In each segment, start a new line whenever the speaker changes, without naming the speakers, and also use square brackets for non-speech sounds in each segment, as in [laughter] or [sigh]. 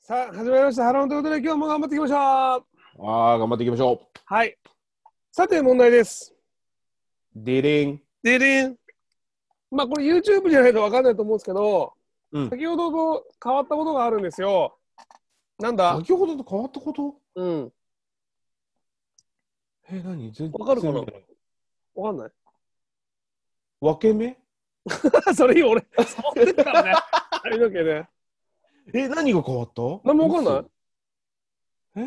さあ、始まりました。ハロンということで、今日も頑張っていきましょう。
ああ、頑張っていきましょ
はい。さて、問題です。
う。ディリン。
でりん。まあ、これ YouTube じゃないと分かんないと思うんですけど、
うん
先ほどと変わったことがあるんですよ。なんだ
先ほどと変わったこと
うん。
え、何全
わかるかな
全然
わかんない。
分け目
[laughs] それ今俺、触ってるからね。
[laughs]
髪の毛ね。
え、何が変わった
何もわかんない
い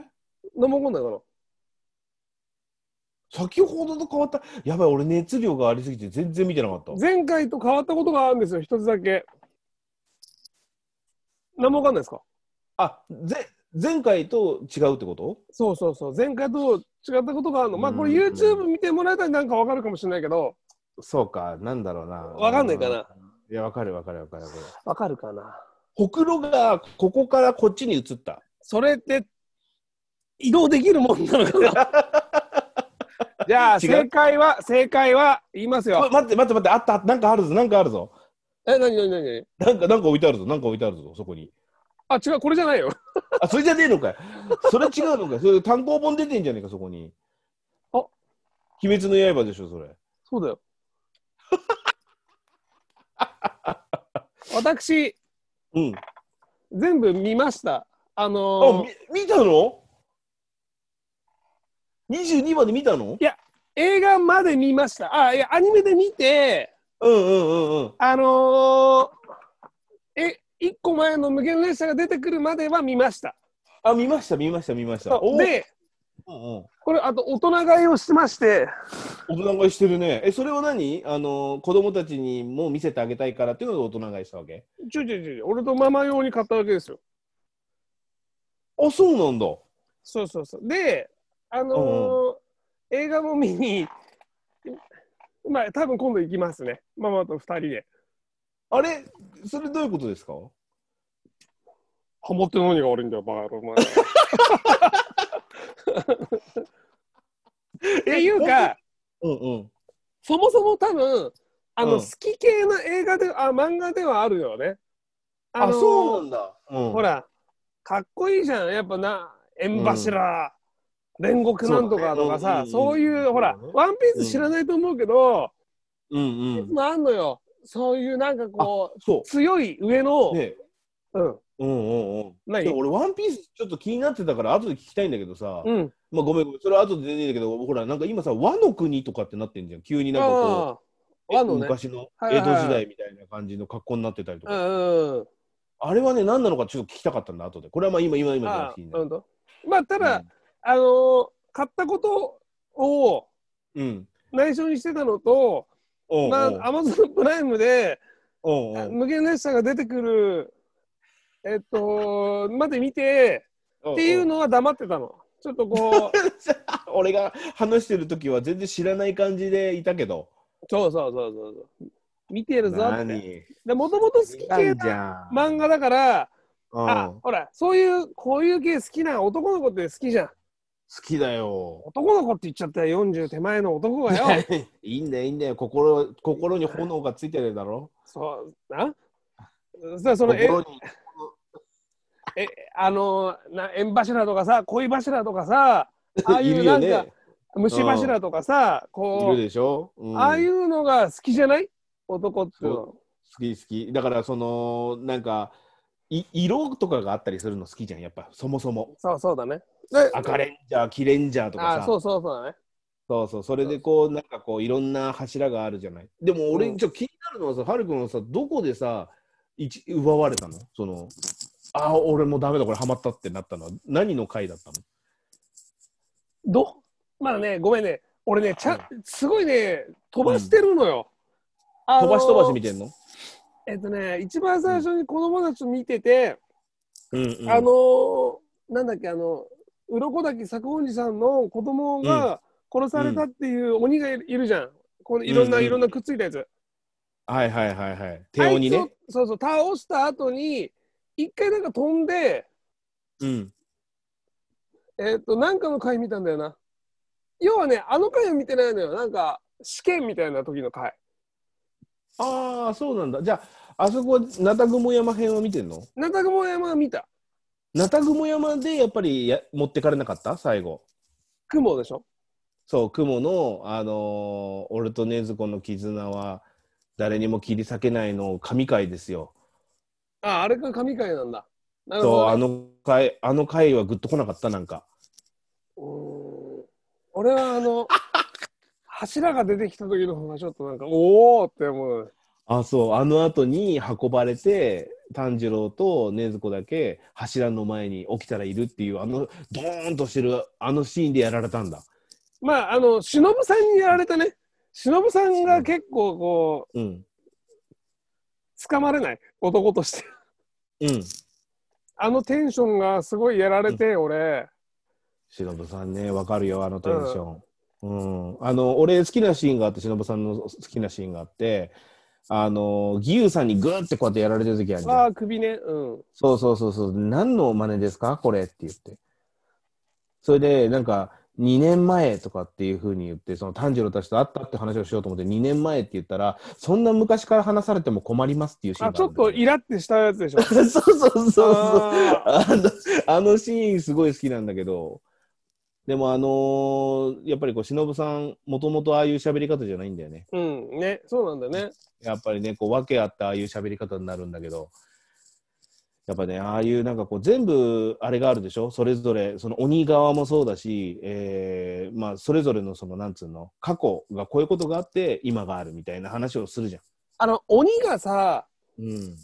え
何もわかんないか
先ほどと変わった。やばい、俺熱量がありすぎて全然見てなかった
ら。。前回と変わったことがあるんですよ、一つだけ。何もわかんないですか
あ、ぜ前回と違うってこと
そうそうそう。前回と違ったことがあるの。まあ、これ
うん
YouTube 見てもらえたらなんかわかるかもしれないけど、
そうか、なんだろうな。
わかんないかな。
いや、わかるわかるわかるわかる。
わかるかな。
ほくろがここからこっちに移った。
それって移動できるもんなのかな [laughs] じゃあ
違う
正解は正解は言います
あ
よ。
待って待って待って、あった、なんかあるぞ、なんかあるぞ。
え何何何何
なんか、なんか置いてあるぞ、なんか置いてあるぞ、そこに。
あ違うこれじゃないよ。
あ、それじゃねえのかよ。それ違うのかよ。それ単行本出てんじゃねえか、そこに。
あ
鬼滅の刃でしょ、それ。
そうだよ。私
うん。
全部見ました。あ
あ
のー、
み見たの ?22 まで見たの
映画まで見ました。あいやアニメで見て
うんうんうんうん。
あのー、え一個前の無限列車が出てくるまでは見ました。
あ、見ました、見ました、見ました。おー
で
うんうん、
これあと大人買いをしまして。
大人買いしてるね。え、それは何あの、子供たちにも見せてあげたいからっていうので大人買いしたわけ
ちょいちょいちょいちょい、俺とママ用に買ったわけですよ。
あ、そうなんだ。
そうそうそう。で、あのー映画も見に、まあ、多分今度行きますね。ママと二人で。
あれそれどういうことですか
ハモって何が悪いんだよ、バカ野郎。お [laughs] 前っていうか、
うんうん。
そもそも多分、あの、
うん
好き系の映画で、あ、漫画ではあるよね。
あ、
のー
そうなんだ。うん、
ほら、かっこいいじゃん、やっぱな、縁柱、煉獄なんとかとかさ、そ
そううだねうん
いう、ほら
そうだね、
ワンピース知らないと思うけど、
うんう
い
ん
つ。もあんのよ、そういうなんかこ、
そう
強い上の、
う。ね
うん、
うんうんうん。
何
でも俺、ワンピースちょっと気になってたから、後で聞きたいんだけどさ、
うん、
まあごめんごめん、それは後で出ていいんだけど、ほら、なんか今さ、和の国とかってなってんじゃん、急になんかこ
あ
う、
あ、和のね、
昔の
はい
江
はい
戸
はい
時代みたいな感じの格好になってたりと
う
か、
んうん、
あれはね、何なのかちょっと聞きたかったんだ、後で。これはまあ今、今、今じゃな
あ
くていいんだ
うんと。まあ、ただ、
うん
あのー買ったことを
うん。
内緒にしてたのと、
おうおう
まあ、アマゾンプライムで、
おうおう
無限列車が出てくる、えっと、まで見て、っていう。のは黙ってたの。ちょっとこう、
俺が話してる時は全然知らない感じでいたけど。
[laughs] そうそうそうそうそう。見てるぞって。
何
で、もともと好き系な漫画だから、
うん
あ
好、
ほら、そういう、こういう系好きな男の子って好きじゃん。
きだよ。
男の子って言っちゃったよ、40手前の男がよ。
いいんだよ、いいんだよ。心、心に炎がついてるだろ。
そう、なさそのえ
心に。
えあのな縁柱とかさ恋柱とかさああい
いうる
な
よ
んか、
ね。
虫柱とかさ
いる
こう、
でしょ。うん
ああい
好
うのが好きじゃない男っていうのは
き好き。だから、その、なんか、い色とかがあったりするの好きじゃん、やっぱ、そもそも。
そうそうだね
赤レンジャー、キレンジャーとか
あ
さ。
そ
そ
うそ
う
うそうだね
そうそれでこう、なんかこう、いろんな柱があるじゃない。でも俺、
うん
ちょっと気になるのはさ、ハル君はさ、どこでさ、いち奪われたのその、ああ、俺もうダメだ、これハマったってなったのは、何の回だったの
どまあねごめんね俺ねちゃんすごいね飛ばしてるのよ、あの
飛ばし飛ばし見てんの
えっとね一番最初に子供たちと見てて、
うんうん
あのーなんだっけあの鱗滝作本寺さんの子供が殺されたっていう鬼がいるいるじゃんこのいろんな、
うんうん
いろんなくっついたやつ
はいはいはいはい。手鬼
あい
ね。
つをそうそう倒した後に一回なんか飛んで
うん。
えっ、となんかの回見たんだよな要はねあの回は見てないのよなんか試験みたいな時の回
ああ、そうなんだ。じゃあ、あそこ、なたぐも山編は見てんの
なたぐも山は見た
なたぐも山でやっぱりや持ってかれなかった最後。
雲でしょ
そう、雲の、あのー俺と禰豆子の絆は誰にも切り裂けないの神回ですよ。
あ、あれが神回なんだ。なるほ
そう、
ど
あ
ね、
の回、あの回はグッと来なかった、なんか。
うーん俺はあの、柱が出てきた時の方がちょっとなんか、おおって思う。
あ、そう、あの後に運ばれて、炭治郎と禰豆子だけ柱の前に起きたらいるっていう、あの、ドーンとしてる、あのシーンでやられたんだ。
まあ、あの、忍さんにやられたね。忍さんが結構こ
うん。
う、掴まれない男として。
うん。
あのテンションがすごいやられて、俺。
忍さんね、わかるよ、あのテンション。うん、あの、俺好きなシーンがあって、忍さんの好きなシーンがあって、あの、義勇さんにグーってこうやってやられてる時あるじゃん
ああ、首ね。うん。
そうそうそうそう、何の真似ですかこれって言って。それで、なんか、2年前とかっていうふうに言って、その炭治郎たちと会ったって話をしようと思って、2年前って言ったら、そんな昔から話されても困りますっていうシーン
あ、
が
ち
あ
ょっ
るんだよ
とイラってしたやつでしょ。
[laughs] そうそうそうそう。
あ
あのあのシーンすごい好きなんだけど、でもあのーやっぱりこう、忍さん、もともとああいう喋り方じゃないんだよね。
うん、ね、そうなんだよね。
やっぱりね、こう、訳あったああいう喋り方になるんだけど、やっぱね、ああいうなんかこう、全部あれがあるでしょそれぞれ、その鬼側もそうだし、えーまあ、それぞれのその、なんつうの、過去がこういうことがあって、今があるみたいな話をするじゃん。
あの、鬼がさ、
うん。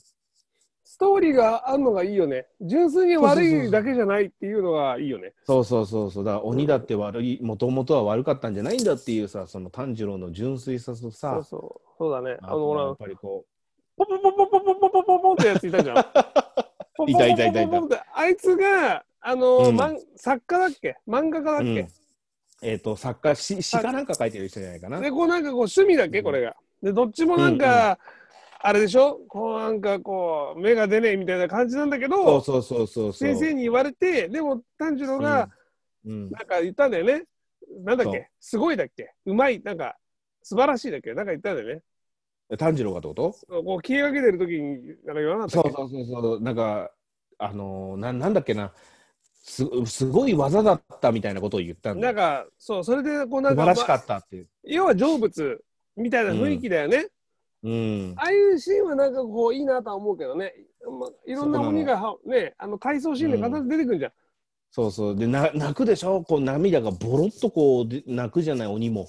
ストーリーがあるのがいいよね。純粋に悪いだけじゃないっていうのがいいよね。
そうそうそうそうだから鬼だって悪いもともとは悪かったんじゃないんだっていうさその炭治郎の純粋さと
そ
さ
うそう。そうだね。あ
あと
の、ほ
はや
ら
っ、ぱりこ
ポンポンポンポンポンポンポンポンポンってやついたじゃん。ポンポンポンポンポンポン
いたいたいたいた
ってあいつが、あの、
うん
まん作家だっけ漫画家だっ
う、うん
け、
えっ、と作家詩詩かなんか書いてる人じゃないかな
で、こうなんかこう趣味だっけこれが。で、どっちもなんか、あれでしょこうなんかこう、目が出ねえみたいな感じなんだけど、
そうそうそうそうそう
先生に言われて、でも炭治郎が、
うん、うん
なんか言ったんだよね。なんだっ
そう
けすごいだっけうまい、なんか、素晴らしいだっけなんか言ったんだよね。
炭治郎がってこと
こう、消えかけてる時に、なんか言わなかった
そ
っ
う
け
そうそうそうなんかあのー、ななんだっけなすすごい技だったみたいなことを言ったんだ
なんか、そう、それで、こう、な
素
んか、
晴らしか
まあ
ったっていう、
要は成仏みたいな雰囲気だよね。
うん
ああいうシーンはなんかこう、いいなとは思うけどね。まあ、いろんな
そうなの
鬼がは、ね、あの、回想シーンで必ず出てくるじゃん。
そうそうでな泣くでしょこう涙がボロっとこうで泣くじゃない鬼も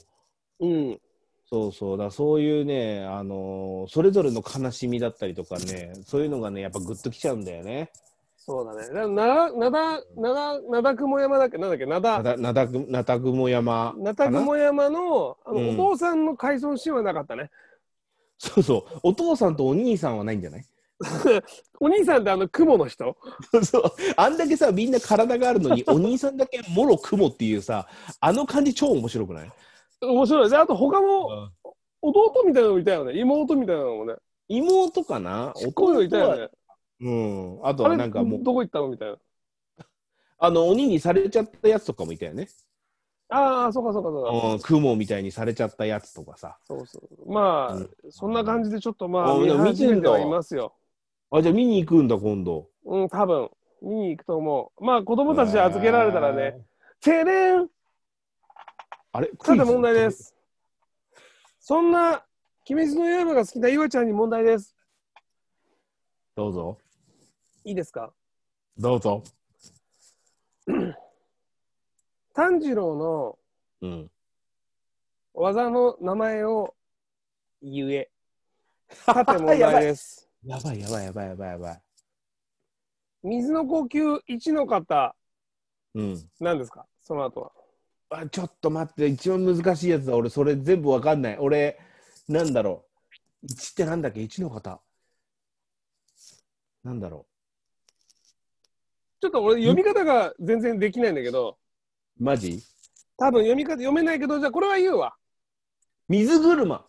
うん。
そうそうだからそういうね、あのーそれぞれの悲しみだったりとかねそういうのがねやっぱグッときちゃうんだよね。
そうだね。だからな、なだ、なだ、なだ雲山だっけなんだっけなだ
な、たなたぐなたぐも山かな
なた雲山の、あの、
うん
お父さんの回想シーンはなかったね。
そうそうお父さんとお兄さんはないんじゃない [laughs]
お兄さんってあの雲の人
そうあんだけさみんな体があるの
[laughs]
にお兄さんだけもろ雲っていうさあの感じ超面白くない、
面白いであと他の弟みたいなのもいたよね妹みたいなのもね
妹かな
ちっこいのいたよ
は
ね
うんあと
あ
は
れ
なんかもう
どこ行ったのみたいな
あの鬼にされちゃったやつとかもいたよね、
ああそうかそうかそうか、
うん、雲みたいにされちゃったやつとかさ
そうそうまあ、
うん
そんな感じでちょっとまあ
あ
見
でも
始めては
見て
い
んだ
ますよ
あじゃあ見に行くんだ今度
うん多分見に行くと思うまあ子供たちで預けられたらねてれん
あれ
さて問題で。すそんな鬼滅の刃が好きな岩ちゃんに問題です
どうぞ。
いいですか
どうぞ。
炭治郎の
うん。
技の名前を言えさて問
[laughs] やば
題
い
です
やばいやばいやばいやばいやばい。
水の呼吸1の方
うん。
なんですかその後は。
あちょっと待って、一番難しいやつだ。俺、それ全部わかんない。俺、なんだろう。1ってなんだっけ ?1 の方。なんだろ
ちょっと俺読み方が全然できないんだけど、
う。マジ
多分読み方読めないけど、じゃあこれは言うわ。
水車。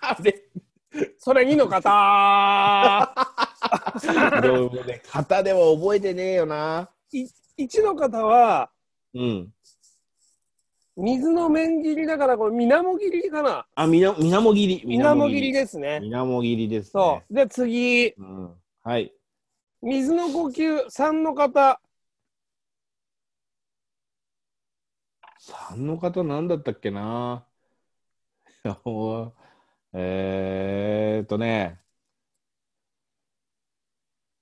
あれ
それ2の方
でもね、型では覚えてねえよな。
!1 の方は、
うん。
水の面切りだから、これ、水面切りかな。
あ、みな、みなもぎり。
水面切りですね。
みなもぎりです、ね。
そう。で、次、
う。うん。はい。
水の呼吸、3の方。
三の方なんだったっけな。 [laughs] いやもうえーっとね。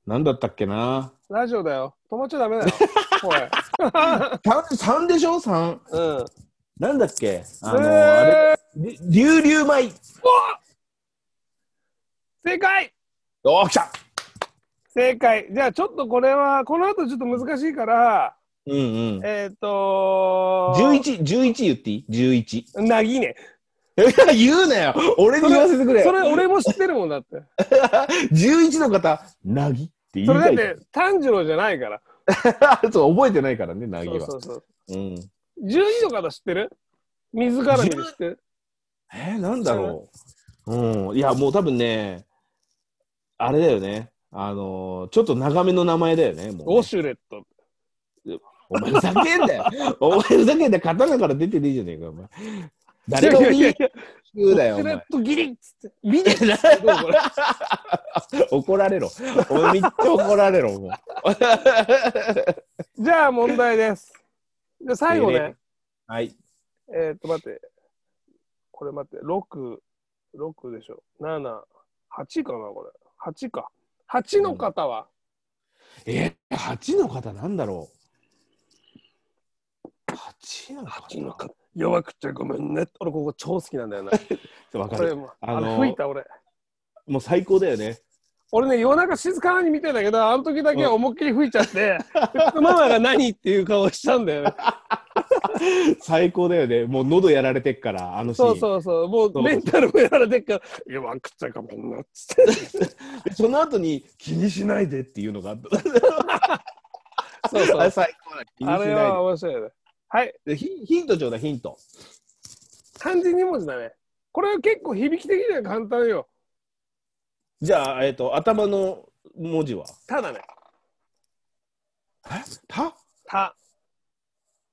なんだったっけな。
ラジオだよ。止まっちゃダメだよ。声。
三三でしょ三。
うん。
なんだっけあの
えー
あれ。り竜竜舞。
正解
おー、来た
正解。じゃあ、ちょっとこれは、この後ちょっと難しいから、
うんうん。
えっ、ー、とー、
11、11言っていい ?11。
なぎね。
いや [laughs] 言うなよ俺に言わせてくれ
それ、俺も知ってるもんだって。
11の方、なぎって言い
それ
た
だっ
い。
て、炭治郎じゃないから。
[laughs] そう覚えてないからね、なぎ
そう
は。
そうそう。
うん、
12の方知ってる水絡みで知ってる
えー、なんだろう、うん。いや、もう多分ね、あれだよね。あのーちょっと長めの名前だよね。もうね
ウォシュレット。
お前ふざけんだよ。お前ふざけんだよ。刀から出てねえじゃねえか、お前。誰がお
いや
に
いやいや
言うだよ、
ウォ
お
シュレッ
前。
トギリッつって。ビリッ
[laughs] 怒られろ。お前めっちゃ怒られろ、もう。
じゃあ、問題です。じゃあ、最後ね。
はい。
えっ、ー、と、待って。これ待って。6、6でしょ。7、8かな、これ。8か。8の方は、
えー、8の方なんだろう ?8 の方
八の方弱くてごめんね。俺、ここ超好きなんだよな。
わか
これ
る。
もう、
あ
あ
の
の吹いた俺。
もう最高だよね。
俺ね、夜中静かに見てんだけど、あの時だけは思いっきり吹いちゃって、ママが何っていう顔したんだ
[laughs]
よね。
最高だよね。もう喉やられてっから、あのシーン。
そうそうそう、も
そう
うメンタルもやられてっから、弱くてごめんなっつって。
でその後に、気にしないでっていうのがあった。
そうそ
[laughs] あれ
う。
最高だ。気に
あ
し
れ
な
は面白いよね。はい、
いで。でヒンヒントちょうだい、ヒント。
漢字2文字だね。これは結構響き的には簡単よ。
じゃあ、えっ、と、頭の文字は
ただね、
えた
た。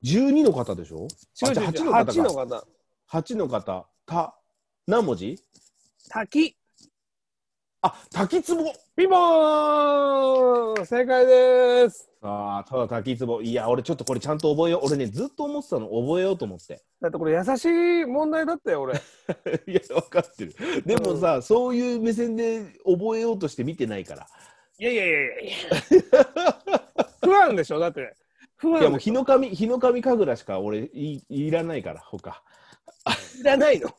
?12 の方でしょ
違う違う違う
8の方
八の
か。
方。
8の方。た。何文字
滝。
あ、滝壺
ピンポーン正解です。
ああ、ただ滝壺。いや、俺ちょっとこれちゃんと覚えよう。俺ね、ずっと思ってたの、覚えようと思って。 [laughs]
だってこれ優しい問題だったよ、俺。
いや、分かってる。でもさ、そういう目線で覚えようとして見てないから。
[laughs] いやいやいやいや。 [laughs] 不安でしょだって。不
いや、
安
もう日の神、日の神神楽しか俺い、いらないから、他。
いらないの。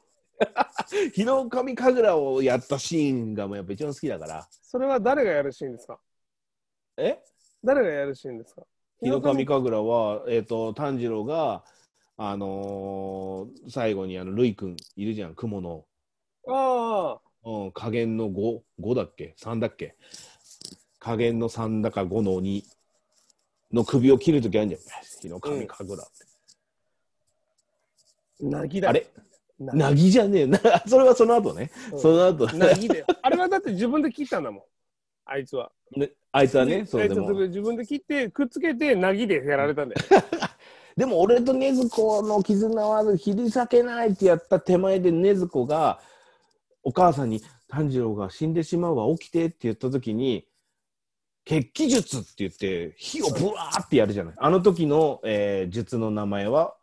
日の神神楽をやったシーンがもうやっぱ一番好きだから。
それは誰がやるシーンですか
え
誰がやるシーンですか
日の神神楽は、えっ、と、炭治郎が、あのー最後にあの、るいくんいるじゃん、雲の。
ああ。
うん、加減の5、5だっけ ?3 だっけ加減の3だか5の2の首を切るときあるんじゃん。日の神神楽。
なぎだ。
あれ
な
なぎじゃねえな。 [laughs] それはその後ね。
うん
その後、
なぎだ [laughs] よ。あれはだって自分で切ったんだもん。あいつは。
ね、あいつはね、そ
あ
う
い
で
つは
も。
自分で切って、くっつけて、なぎでやられたん [laughs] だよ。
でも俺と禰豆子の絆は切り裂けないってやった手前で禰豆子がお母さんに炭治郎が死んでしまうわ起きてって言った時に血気術って言って火をブワーってやるじゃないあの時の、えー術の名前は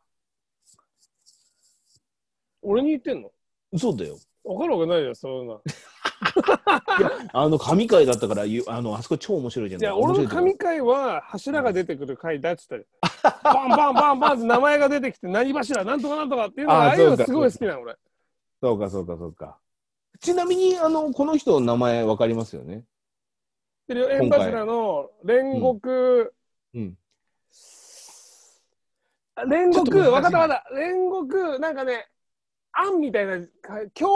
俺に言ってんの
そうだよ
わかるわけないよ、そんな。
あの神回だったからゆあのあそこ超面白いじゃ
い
ない
や、俺の
面白い
神回は柱が出てくる回だっつったり。バンバンバンバンって名前が出てきて、何柱、なんとかなんとかっていうのが、
あー
ああいう
そう
の
か
すごい好きなの、俺。
とこそうかそうかそうかちなみにあのこの人の名前わかりますよね
知ってるよ縁柱の煉獄、
うん
あ煉
ちょっと難し
獄
い
わかったわかった煉獄なんかねあんみたいなか京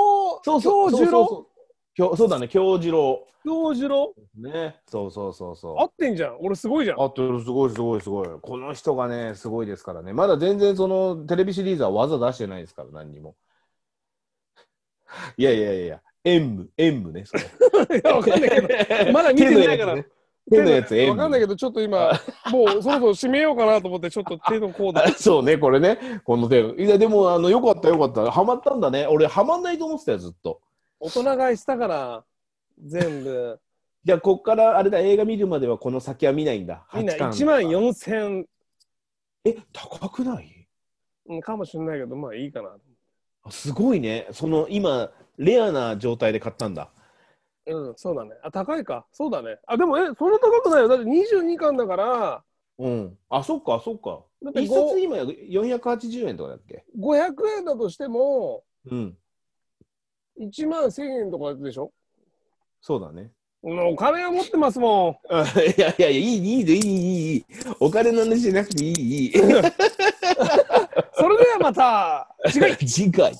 そうそう
京
そう
次
そう
郎
そう京そうだね京次郎
京次郎
ね、そうそうそうそう。
合ってんじゃん俺すごいじゃん
あとすごいすごいすごい。この人がね、すごいですからね。まだ全然そのテレビシリーズは技出してないですから、何にも。 [laughs] いやいやいやいや、演武、演武ね、それ。
[laughs]
[laughs]
いやわかんないけどまだ見てないから
手のやつね手のやつ、
わかんないけど、ちょっと今、もうそろそろ締めようかなと思って、ちょっと手のコード
あ。 [laughs] そうね、これね、この手の。いや、でも、あの、よかった、よかった。ハマったんだね。俺、ハマんないと思ってたよ、ずっと。
大人買いしたから、全部。
じゃあ、こっから、あれだ、映画見るまではこの先は見ないんだ。
みんな
八巻
1万4千
え、高くない
かもしれないけど、まあいいかな。
あすごいね。その、今、レアな状態で買ったんだ。
うん、そうだね。あ、高いか。そうだね。あ、でも、え、そんな高くないよ。だって22巻だから、
うん。あ、そっか、そっか。
だって
一
ご
冊今、480円とかだっけ
500円だとしても、
うん。
1万1000円とかでしょ
そうだね。
うんお金は持ってますも
あ [laughs] いやいやいや、いい、いい、いい、いい、いい。お金の話じゃなくていい、いい。
ん。それで
[laughs]
はまた。
次回。